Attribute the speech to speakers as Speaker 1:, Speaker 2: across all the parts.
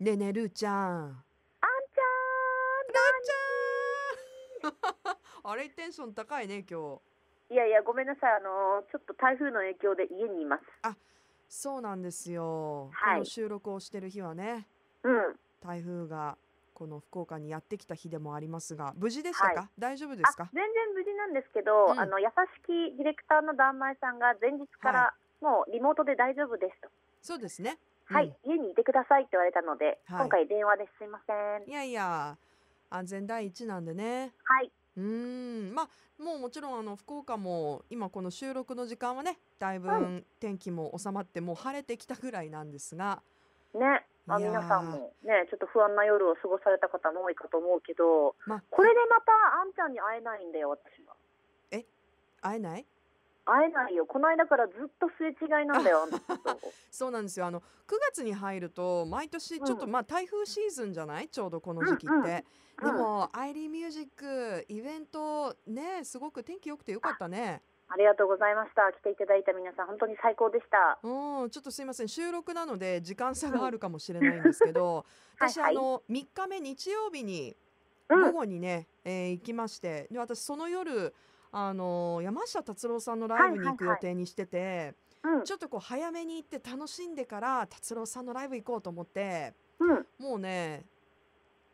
Speaker 1: ねえねえるーちゃん
Speaker 2: あんちゃん
Speaker 1: るーちゃん あれテンション高いね今日
Speaker 2: いやいやごめんなさいあのちょっと台風の影響で家にいます
Speaker 1: そうなんですよ、
Speaker 2: はい
Speaker 1: この収録をしてる日はね
Speaker 2: うん
Speaker 1: 台風がこの福岡にやってきた日でもありますが無事でしたか、
Speaker 2: は
Speaker 1: 大丈夫です
Speaker 2: あ
Speaker 1: か
Speaker 2: 全然無事なんですけど、
Speaker 1: うん
Speaker 2: あの優しきディレクターのだんまいさんが前日から、もうリモートで大丈夫ですと、
Speaker 1: そうですね
Speaker 2: はい家にいてくださいって言われたので、
Speaker 1: はい
Speaker 2: 今回電話ですいません
Speaker 1: いやいや安全第一なんでね
Speaker 2: はい、
Speaker 1: うーんまあもうもちろんあの福岡も今この収録の時間はねだいぶ
Speaker 2: は
Speaker 1: 天気も収まってもう晴れてきたぐらいなんですが
Speaker 2: ねまあ、
Speaker 1: いやー
Speaker 2: 皆さんもねちょっと不安な夜を過ごされた方も多いかと思うけど、
Speaker 1: まあ
Speaker 2: これでまたあんちゃんに会えないんだよ私は
Speaker 1: 会えない
Speaker 2: 会えないよこの間からずっとすれ違いなんだよあんちゃんと
Speaker 1: そうなんですよあの9月に入ると毎年ちょっと
Speaker 2: う
Speaker 1: まあ台風シーズンじゃないちょうどこの時期
Speaker 2: うんうん
Speaker 1: って
Speaker 2: う
Speaker 1: で
Speaker 2: ん
Speaker 1: もアイリーミュージックイベントねすごく天気良くてよかったね
Speaker 2: ありがとうございました。来ていただいた皆さん、本当に最高でした。
Speaker 1: うんちょっとすいません収録なので時間差があるかもしれないんですけど
Speaker 2: はい
Speaker 1: 私あの3日目日曜日に
Speaker 2: うん、
Speaker 1: 午
Speaker 2: はい
Speaker 1: 後にね、えー行きましてで私その夜あのー山下達郎さんのライブに行く
Speaker 2: はいはいは
Speaker 1: 予
Speaker 2: い
Speaker 1: 定にしてて、
Speaker 2: うん、
Speaker 1: ちょっとこう早めに行って楽しんでから達郎さんのライブ行こうと思って
Speaker 2: うん、
Speaker 1: もうね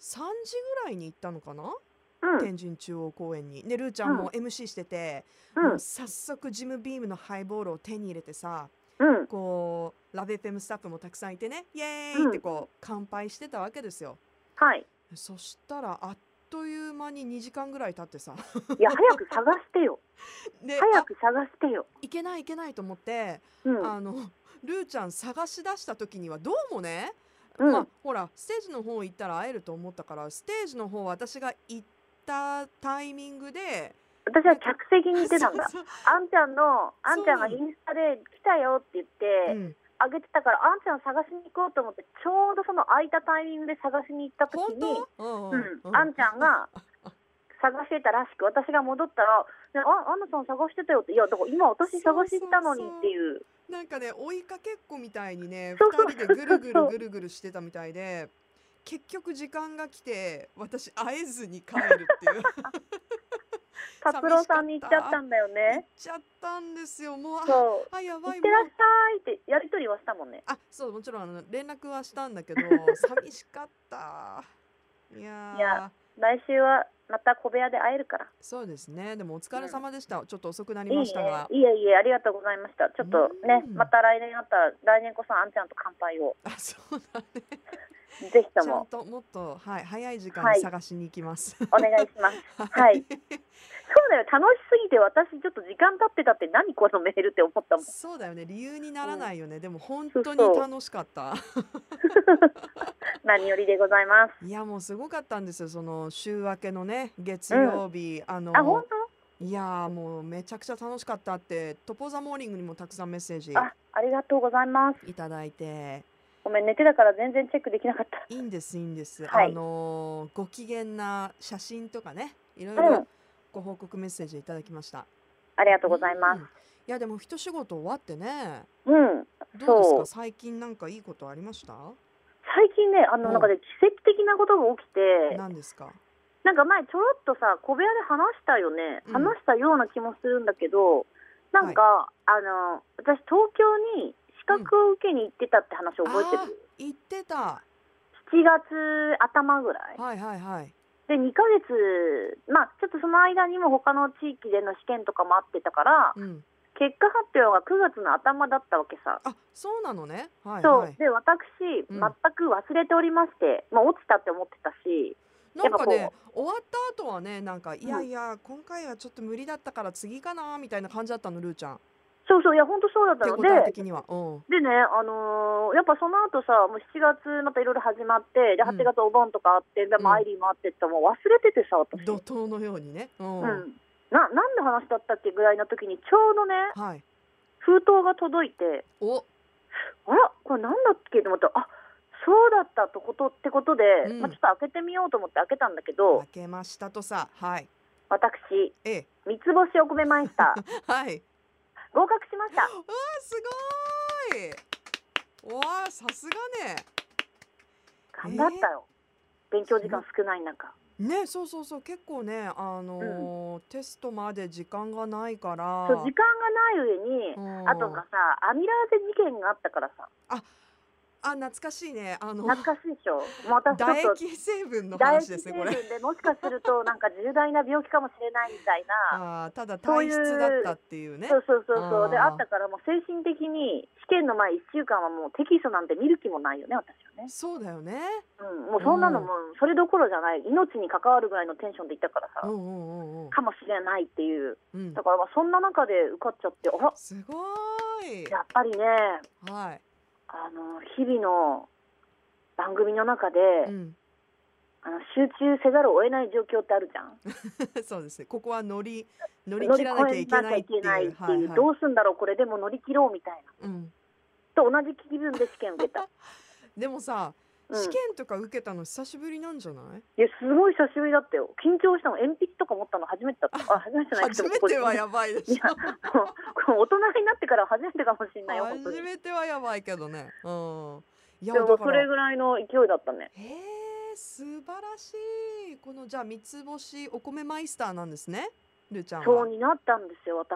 Speaker 1: 3時ぐらいに行ったのかな、
Speaker 2: うん、
Speaker 1: 天神中央公園に。でルーちゃんも MC してて、
Speaker 2: う
Speaker 1: も
Speaker 2: ん
Speaker 1: う、早速ジムビームのハイボールを手に入れてさ
Speaker 2: うん、
Speaker 1: こうラベフェムスタッフもたくさんいてねイエーイってこう乾杯してたわけですよ。
Speaker 2: はい。
Speaker 1: そしたらあっという間に2時間ぐらい経ってさ
Speaker 2: いや、早く探してよ。
Speaker 1: で
Speaker 2: 早く探してよ。
Speaker 1: いけないいけないと思って、
Speaker 2: うん、
Speaker 1: あのルーちゃん探し出した時にはどうもね、
Speaker 2: うん
Speaker 1: まあほらステージの方行ったら会えると思ったからステージの方私が行ったタイミングで。
Speaker 2: 私は客席にいてたんだ
Speaker 1: そうそ
Speaker 2: あんちゃんの、あんちゃんが
Speaker 1: そ
Speaker 2: イ
Speaker 1: うな
Speaker 2: ンスタで来たよって言
Speaker 1: うう
Speaker 2: って、
Speaker 1: ん、
Speaker 2: あげてたから、あんちゃん探しに行こうと思って、ちょうどその空いたタイミングで探しに行った時
Speaker 1: 本
Speaker 2: に、
Speaker 1: 当、うん
Speaker 2: うん、あんちゃん が探してたらしく、私が戻ったら、ねあ、アンナさん探してたよって、いや、だから今私探し行ったのにっていう。
Speaker 1: なんかね追いかけっこみたいにね
Speaker 2: そうそう
Speaker 1: 2人でぐるぐる
Speaker 2: そうそう
Speaker 1: ぐるぐるしてたみたいで結局時間が来て私会えずに帰るってい う。
Speaker 2: 達郎さんに行っちゃったんだよ
Speaker 1: 行っ
Speaker 2: ね。
Speaker 1: ちゃったんですよもうあ
Speaker 2: そう。
Speaker 1: あや
Speaker 2: 行っ
Speaker 1: ばい
Speaker 2: て
Speaker 1: も
Speaker 2: らっ
Speaker 1: う
Speaker 2: しゃいってやりとりはしたもんね。
Speaker 1: あそうもちろんあの連絡はしたんだけ ど寂しかったいやー
Speaker 2: いや来週はまた小部屋で会えるから。
Speaker 1: そうですねでもお疲れ様でした、ちょっと遅くないり
Speaker 2: いね
Speaker 1: ましたが。
Speaker 2: いえいえ、ありがとうございました。ちょっとね
Speaker 1: う、ん
Speaker 2: また来年あったら、来年こそあんちゃんと乾杯を。
Speaker 1: あそうだね
Speaker 2: ぜひと
Speaker 1: ちゃん
Speaker 2: も
Speaker 1: ともっと、はい、早い時間
Speaker 2: は
Speaker 1: に
Speaker 2: い
Speaker 1: 探しに行きます、
Speaker 2: お願いし ます。はいそうだよ、楽しすぎて私ちょっと時間経ってたって何このメールって思ったもん。
Speaker 1: そうだよね理由にならないよね、でも本
Speaker 2: そう
Speaker 1: 当に
Speaker 2: そう
Speaker 1: 楽しかった
Speaker 2: 何よりでございます。
Speaker 1: いやもうすごかったんですよその週明けのね月曜日、あの
Speaker 2: あ、本
Speaker 1: いやーもうめちゃくちゃ楽しかったってトポザモーニングにもたくさんメッセージ
Speaker 2: 当あ、ありがとうございます。
Speaker 1: いただいて
Speaker 2: ごめん、寝てたから全然チェックできなかった。
Speaker 1: いいんですいいんです、
Speaker 2: はい
Speaker 1: あのーご機嫌な写真とかねいろいうろ
Speaker 2: ん、
Speaker 1: ご報告メッセージいただきました、
Speaker 2: ありがとうございます
Speaker 1: うん。いやでも一仕事終わってね
Speaker 2: うん。
Speaker 1: どうです
Speaker 2: そ
Speaker 1: か
Speaker 2: う
Speaker 1: 最近なんかいいことありました
Speaker 2: 最近ね、あ
Speaker 1: う
Speaker 2: の
Speaker 1: ん
Speaker 2: なんかね、奇跡的なことが起きて、
Speaker 1: 何ですか
Speaker 2: なんか前、ちょろっとさ、小部屋で話したよね、
Speaker 1: うん
Speaker 2: 話したような気もするんだけど、なんか、あの私、東京に資格を受けに行ってたって話を覚えてる、
Speaker 1: 言ってた
Speaker 2: 7月頭ぐらい、
Speaker 1: はいはいはい
Speaker 2: で、2ヶ月、まあ、ちょっとその間にも他の地域での試験とかもあってたから、
Speaker 1: うん
Speaker 2: 結果発表が9月の頭だったわけさ。
Speaker 1: あそうなのねはい
Speaker 2: そ
Speaker 1: は
Speaker 2: う
Speaker 1: い
Speaker 2: で私、
Speaker 1: うん
Speaker 2: 全く忘れておりまして、まあ、落ちたって思ってたし、
Speaker 1: なんか
Speaker 2: や
Speaker 1: ね
Speaker 2: っ
Speaker 1: 終わった後はねなんかいや
Speaker 2: うん
Speaker 1: いや今回はちょっと無理だったから次かなみたいな感じだったのルーちゃん
Speaker 2: そうそう、いや、本当そうだった
Speaker 1: 手
Speaker 2: の
Speaker 1: 応
Speaker 2: で
Speaker 1: え、的にはうん
Speaker 2: でね、あのーやっぱその後さ、もう7月またいろいろ始まって、で、
Speaker 1: うん
Speaker 2: 8月お盆とかあって、で、
Speaker 1: うん
Speaker 2: もアイリーもあってって、もう忘れててさ、私。
Speaker 1: 怒涛のようにねうん、
Speaker 2: うん。な、何の話だったっけぐらいの時に、ちょうどね、
Speaker 1: はい
Speaker 2: 封筒が届いて、
Speaker 1: お
Speaker 2: あら、これ何だっけと思ったら、あそうだったとことってことで、
Speaker 1: うん
Speaker 2: まあ、ちょっと開けてみようと思って開けたんだけど
Speaker 1: 開、けましたとさはい
Speaker 2: 私、
Speaker 1: ええ
Speaker 2: 三つ星お米マイ スター、
Speaker 1: はい
Speaker 2: 合格しました。
Speaker 1: うわーすごーいわあさすがね
Speaker 2: 頑張ったよ、勉強時間少ない中
Speaker 1: ねそうそうそう結構ねあのーテストまで時間がないから
Speaker 2: そう時間がない上に、
Speaker 1: うん
Speaker 2: あとがさアミラーゼ事件があったからさ
Speaker 1: あ懐かしいねあの
Speaker 2: 懐かしいでしょもう私ちょ
Speaker 1: 唾
Speaker 2: っと
Speaker 1: 液成分の
Speaker 2: 唾
Speaker 1: 話
Speaker 2: 液
Speaker 1: ですね
Speaker 2: 成分
Speaker 1: これ
Speaker 2: でもしかするとなんか重大な病気かもしれないみたいな
Speaker 1: あーただ
Speaker 2: そうい
Speaker 1: 体
Speaker 2: う
Speaker 1: 質だったっていうね
Speaker 2: そうそうそうそうで
Speaker 1: あー
Speaker 2: あったからもう精神的に試験の前1週間はもうテキストなんて見る気もないよね私はね、
Speaker 1: そうだよね
Speaker 2: うん、もうそんなのもうそれどころじゃない命に関わるぐらいのテンションでいったか
Speaker 1: う
Speaker 2: らさ、
Speaker 1: んうんうんうん
Speaker 2: かもしれないっていう
Speaker 1: うん
Speaker 2: だからまあそんな中で受かっちゃってあら
Speaker 1: すごーい
Speaker 2: やっぱりね
Speaker 1: はい
Speaker 2: あの日々の番組の中で、
Speaker 1: うん、
Speaker 2: あの集中せざるを得ない状況ってあるじゃん
Speaker 1: そうですねここは乗り乗り
Speaker 2: 乗
Speaker 1: 切
Speaker 2: り越
Speaker 1: らなきゃい
Speaker 2: え
Speaker 1: け
Speaker 2: なき
Speaker 1: な
Speaker 2: ゃ
Speaker 1: いっ
Speaker 2: い
Speaker 1: てい
Speaker 2: け
Speaker 1: う
Speaker 2: ないって
Speaker 1: はい
Speaker 2: いう
Speaker 1: はい
Speaker 2: どうすんだろうこれでも乗り切ろうみたい
Speaker 1: う
Speaker 2: な
Speaker 1: ん、
Speaker 2: と同じ気分で試験受けた、
Speaker 1: でもさ、
Speaker 2: うん、
Speaker 1: 試験とか受けたの久しぶりなんじゃない
Speaker 2: いやすごい久しぶりだったよ緊張したの鉛筆とか持ったの初めてだったあ初めてじゃない
Speaker 1: 初めては
Speaker 2: や
Speaker 1: やばいで
Speaker 2: い
Speaker 1: し
Speaker 2: やもうこれ大人になってから初めてかもしれないよ
Speaker 1: ょ
Speaker 2: 本当に
Speaker 1: 初めてはやばいけどねうんいや
Speaker 2: で
Speaker 1: だ
Speaker 2: も
Speaker 1: か
Speaker 2: それ
Speaker 1: ら
Speaker 2: ぐらいの勢いだったね
Speaker 1: へえ素晴らしいこのじゃあ三つ星お米マイスターなんですねルーちゃんは
Speaker 2: そうになったんですよ私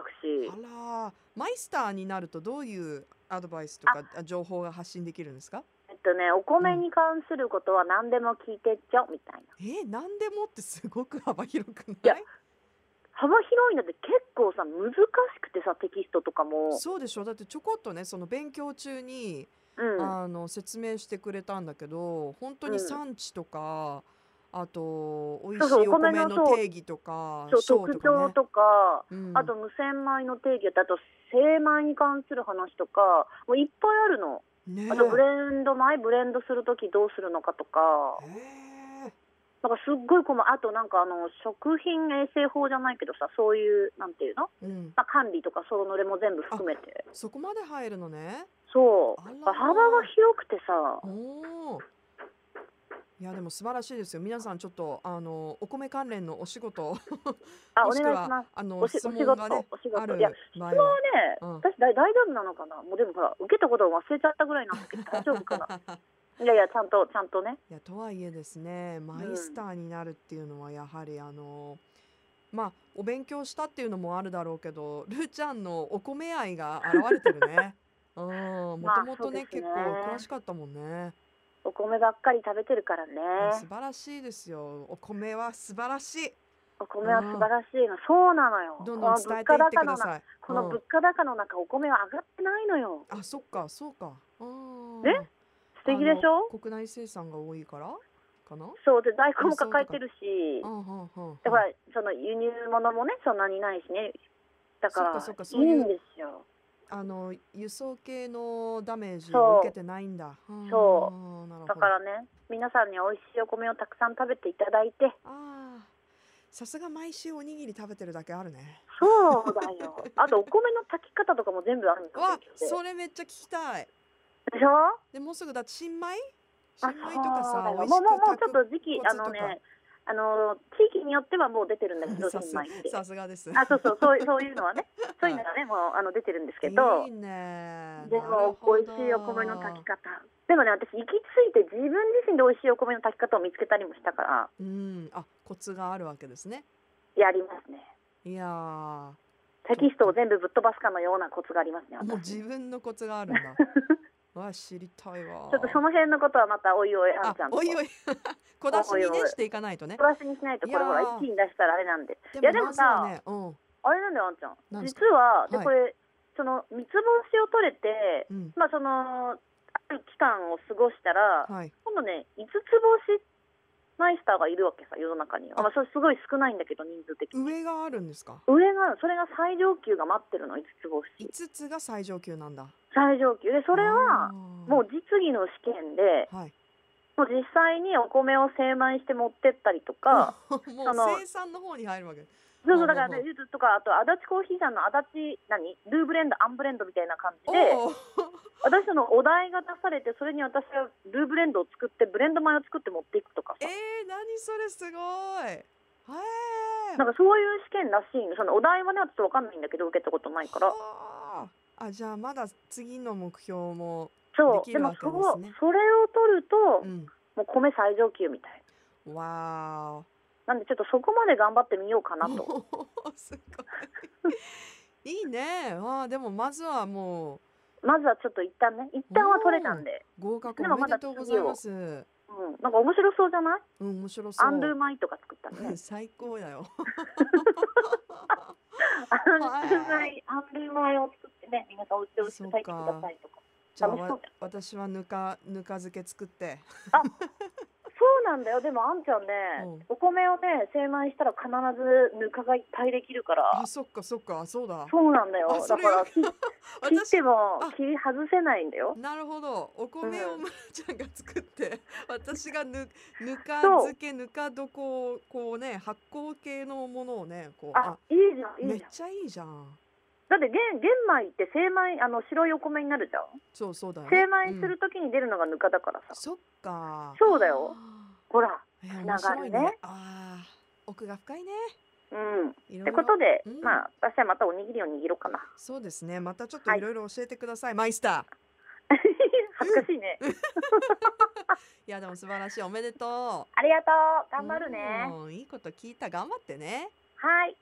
Speaker 1: あらマイスターになるとどういうアドバイスとかあ情報が発信できるんですか
Speaker 2: えっとねお米に関することは何でも聞いてっちゃうみたいな
Speaker 1: えー、何でもってすごく幅広くない
Speaker 2: 幅広いので結構さ難しくてさテキストとかも
Speaker 1: そうでしょだってちょこっとねその勉強中に、
Speaker 2: うん
Speaker 1: あの説明してくれたんだけど本当に
Speaker 2: うん
Speaker 1: 産地とか、あと美
Speaker 2: そ
Speaker 1: 味
Speaker 2: う
Speaker 1: し
Speaker 2: そう
Speaker 1: いお
Speaker 2: お米
Speaker 1: 米
Speaker 2: の
Speaker 1: の定義とか
Speaker 2: そう
Speaker 1: 賞
Speaker 2: 特徴
Speaker 1: ね
Speaker 2: とか
Speaker 1: うん
Speaker 2: あと無洗米の定義だとあと精米に関する話とかもういっぱいあるの
Speaker 1: ね
Speaker 2: あとブレンド米ブレンドする時どうするのかとか
Speaker 1: へー
Speaker 2: なんかすっごい細あとなんかあの食品衛生法じゃないけどさそういうなんていうの、
Speaker 1: うん、
Speaker 2: まあ、管理とかそのれも全部含めて
Speaker 1: そこまで入るのね
Speaker 2: そう
Speaker 1: あら
Speaker 2: 幅が広くてさ
Speaker 1: おーいやでも素晴らしいですよ皆さんちょっとあのお米関連のお仕事
Speaker 2: あお
Speaker 1: もしく
Speaker 2: 願いし
Speaker 1: は
Speaker 2: ます
Speaker 1: あの
Speaker 2: おし
Speaker 1: 質
Speaker 2: お仕
Speaker 1: 問
Speaker 2: 事
Speaker 1: がね
Speaker 2: お仕
Speaker 1: あ
Speaker 2: 事
Speaker 1: る
Speaker 2: いや
Speaker 1: 場合
Speaker 2: 質問は
Speaker 1: は
Speaker 2: ね、
Speaker 1: うん
Speaker 2: 私大大丈夫なのかなもうでもほら受けたことを忘れちゃったぐらいなんだけど大丈夫かないやいやちゃんとちゃんとね
Speaker 1: いやとはいえですねマイスターになるっていうのはやはりあの、まあお勉強したっていうのもあるだろうけどルーちゃんのお米愛が現れてる ね。うんも
Speaker 2: ま
Speaker 1: と
Speaker 2: あ
Speaker 1: もとね,、
Speaker 2: そうですね
Speaker 1: 結構詳しかったもんね
Speaker 2: お米ばっかり食べてるから
Speaker 1: いや
Speaker 2: ね
Speaker 1: 素晴らしいですよお米は素晴らしい
Speaker 2: お米は素晴らしいのそうなのよ
Speaker 1: どんどん
Speaker 2: この
Speaker 1: 伝えて
Speaker 2: 物
Speaker 1: い
Speaker 2: 価
Speaker 1: ってく
Speaker 2: 高の
Speaker 1: だ
Speaker 2: 中
Speaker 1: さい
Speaker 2: この
Speaker 1: うん
Speaker 2: 物価高の中お米は上がってないのよ
Speaker 1: あそっかそうかうん
Speaker 2: ね素敵でしょ
Speaker 1: あの国内生産が多いからかな
Speaker 2: そうで在庫も抱えてるし
Speaker 1: うんうんうんうん
Speaker 2: だからその輸入物もねそんなにないしねだから
Speaker 1: そっかそっかそう
Speaker 2: いい
Speaker 1: いうん
Speaker 2: ですよ
Speaker 1: あの輸送系のダメージ
Speaker 2: そう
Speaker 1: を受けてないんだ
Speaker 2: そう
Speaker 1: うんなるほ
Speaker 2: だ
Speaker 1: ど
Speaker 2: からね皆さんに美味しいお米をたくさん食べていただいて
Speaker 1: あーさすが毎週おにぎり食べてるだけあるね
Speaker 2: そう だよあとお米の炊き方とかも全部あるんだ
Speaker 1: わ
Speaker 2: でしょ
Speaker 1: それめっちゃ聞きたいでもうすぐだって新米新
Speaker 2: あ
Speaker 1: 米とか
Speaker 2: そう
Speaker 1: さ
Speaker 2: だよ
Speaker 1: 美味
Speaker 2: も
Speaker 1: し
Speaker 2: うもうもう
Speaker 1: く
Speaker 2: ちょ
Speaker 1: 炊
Speaker 2: っ
Speaker 1: く
Speaker 2: と時期
Speaker 1: コ
Speaker 2: あ
Speaker 1: ツとか
Speaker 2: のねあの地域によってはもう出てるん だけど
Speaker 1: さ
Speaker 2: 新
Speaker 1: す
Speaker 2: 米って
Speaker 1: さすがです
Speaker 2: あそうそうそういうそういうのは ねそういうのがねもうあの出てるんですけど
Speaker 1: いいね
Speaker 2: でも美味しいお米の炊き方でもね私行き着いて自分自身で美味しいお米の炊き方を見つけたりもしたから
Speaker 1: うんあコツがあるわけですね
Speaker 2: やりますね
Speaker 1: い やー
Speaker 2: テキストを全部ぶっ飛ばすかのようなコツがありますね
Speaker 1: もう
Speaker 2: 私
Speaker 1: 自
Speaker 2: ち
Speaker 1: 分のコツがあるん だ。わ知りたいわ。
Speaker 2: ょっとその辺のことはまたおいおいあ
Speaker 1: あ
Speaker 2: んちゃんと
Speaker 1: おい おい小出しに
Speaker 2: おい
Speaker 1: ね
Speaker 2: おい
Speaker 1: していかないとね
Speaker 2: プ。ラスにしないとこれほら
Speaker 1: いやー
Speaker 2: 一気に出したらあれなんでいやでも
Speaker 1: まずは
Speaker 2: さ、
Speaker 1: ね、うん
Speaker 2: あれなんだよあんちゃ
Speaker 1: なん
Speaker 2: ん
Speaker 1: です
Speaker 2: 実はで
Speaker 1: はい
Speaker 2: これ、その三つ星を取れて
Speaker 1: うん
Speaker 2: まあそのある期間を過ごしたら、
Speaker 1: はい。
Speaker 2: 今度ね五つ星マイスターがいるわけさ世の中にはまあそれすごい少ないんだけど人数的に
Speaker 1: 上があるんですか。
Speaker 2: 上がそれが最上級が待ってるの五つ星
Speaker 1: 五つが最上級なんだ。
Speaker 2: 最上級でそれは
Speaker 1: あー
Speaker 2: もう実技の試験で
Speaker 1: はい。
Speaker 2: もう実際にお米を精米して持ってったりとか、
Speaker 1: も
Speaker 2: そうの
Speaker 1: 生産の方に入るわけ。
Speaker 2: そうそうだからね
Speaker 1: ほうほうほう
Speaker 2: ゆずとかあと足立コーヒーさんの足立何ルーブレンドアンブレンドみたいな感じで
Speaker 1: おお。
Speaker 2: 私そのお題が出されてそれに私がルーブレンドを作ってブレンド米を作って持っていくとか
Speaker 1: え
Speaker 2: さ
Speaker 1: ー、何それすごい。へえ。
Speaker 2: なんかそういう試験らしいのそのお題はねちょっとわかんないんだけど受けたことないから
Speaker 1: はあ。あじゃあまだ次の目標も。
Speaker 2: そう
Speaker 1: でき
Speaker 2: で
Speaker 1: るわ
Speaker 2: も
Speaker 1: けです
Speaker 2: そ
Speaker 1: ね
Speaker 2: うそれを取ると
Speaker 1: う、ん。
Speaker 2: もう米最上級みたい
Speaker 1: わ
Speaker 2: ななんでちょっとそこまで頑張ってみようかなと
Speaker 1: ーおー すごい いいねあーでもまずはも
Speaker 2: まずはちょっと一旦ね一旦は取れたんで、
Speaker 1: う合格
Speaker 2: で
Speaker 1: お
Speaker 2: も
Speaker 1: め
Speaker 2: ま
Speaker 1: で
Speaker 2: だ
Speaker 1: とうございます
Speaker 2: うん、なんか面白そうじゃない
Speaker 1: うん面白そう
Speaker 2: アンドゥ米とか作ったの
Speaker 1: うん
Speaker 2: ね
Speaker 1: 最高だよは
Speaker 2: アンドゥ米アンドゥ米を作ってね皆さんお家でお家で炊いてくださいとか
Speaker 1: じゃあ
Speaker 2: 楽しそう
Speaker 1: わ私はぬかぬか漬け作って
Speaker 2: そうなんだよでもあんちゃんね、お米をね精米したら必ずぬかがいっぱいできるから
Speaker 1: あそっかそっかそうだ
Speaker 2: そうなんだよ
Speaker 1: あ
Speaker 2: だ
Speaker 1: それ
Speaker 2: から切切っ
Speaker 1: 私
Speaker 2: ても
Speaker 1: あ
Speaker 2: 切り外せないんだよ
Speaker 1: なるほどお米を
Speaker 2: うん
Speaker 1: まるちゃんが作って私がぬぬか
Speaker 2: そう
Speaker 1: 漬けぬか床をこうね発酵系のものをねこう
Speaker 2: あいいじゃんい
Speaker 1: め
Speaker 2: い
Speaker 1: っ
Speaker 2: じゃん
Speaker 1: ちゃいいじゃん
Speaker 2: だって玄玄米って精米あの白いお米になるじゃん
Speaker 1: そうそうだよね
Speaker 2: 精米す
Speaker 1: うん
Speaker 2: るときに出るのがぬかだからさ、
Speaker 1: そっか
Speaker 2: そうだよほら
Speaker 1: えー
Speaker 2: つながる
Speaker 1: 面白
Speaker 2: ね
Speaker 1: いねあー奥が深いね
Speaker 2: うん
Speaker 1: いろ
Speaker 2: っ
Speaker 1: い
Speaker 2: て
Speaker 1: ろ
Speaker 2: ことで、
Speaker 1: うん
Speaker 2: まあ私はまたおにぎりを握ろうか な
Speaker 1: そうですねまたちょっと
Speaker 2: はい
Speaker 1: いろいろ教えてください、マイスター
Speaker 2: 恥ずかしいね、
Speaker 1: いやでも素晴らしいおめでとう
Speaker 2: ありがとう頑張るね、
Speaker 1: うんいいこと聞いた頑張ってね
Speaker 2: はい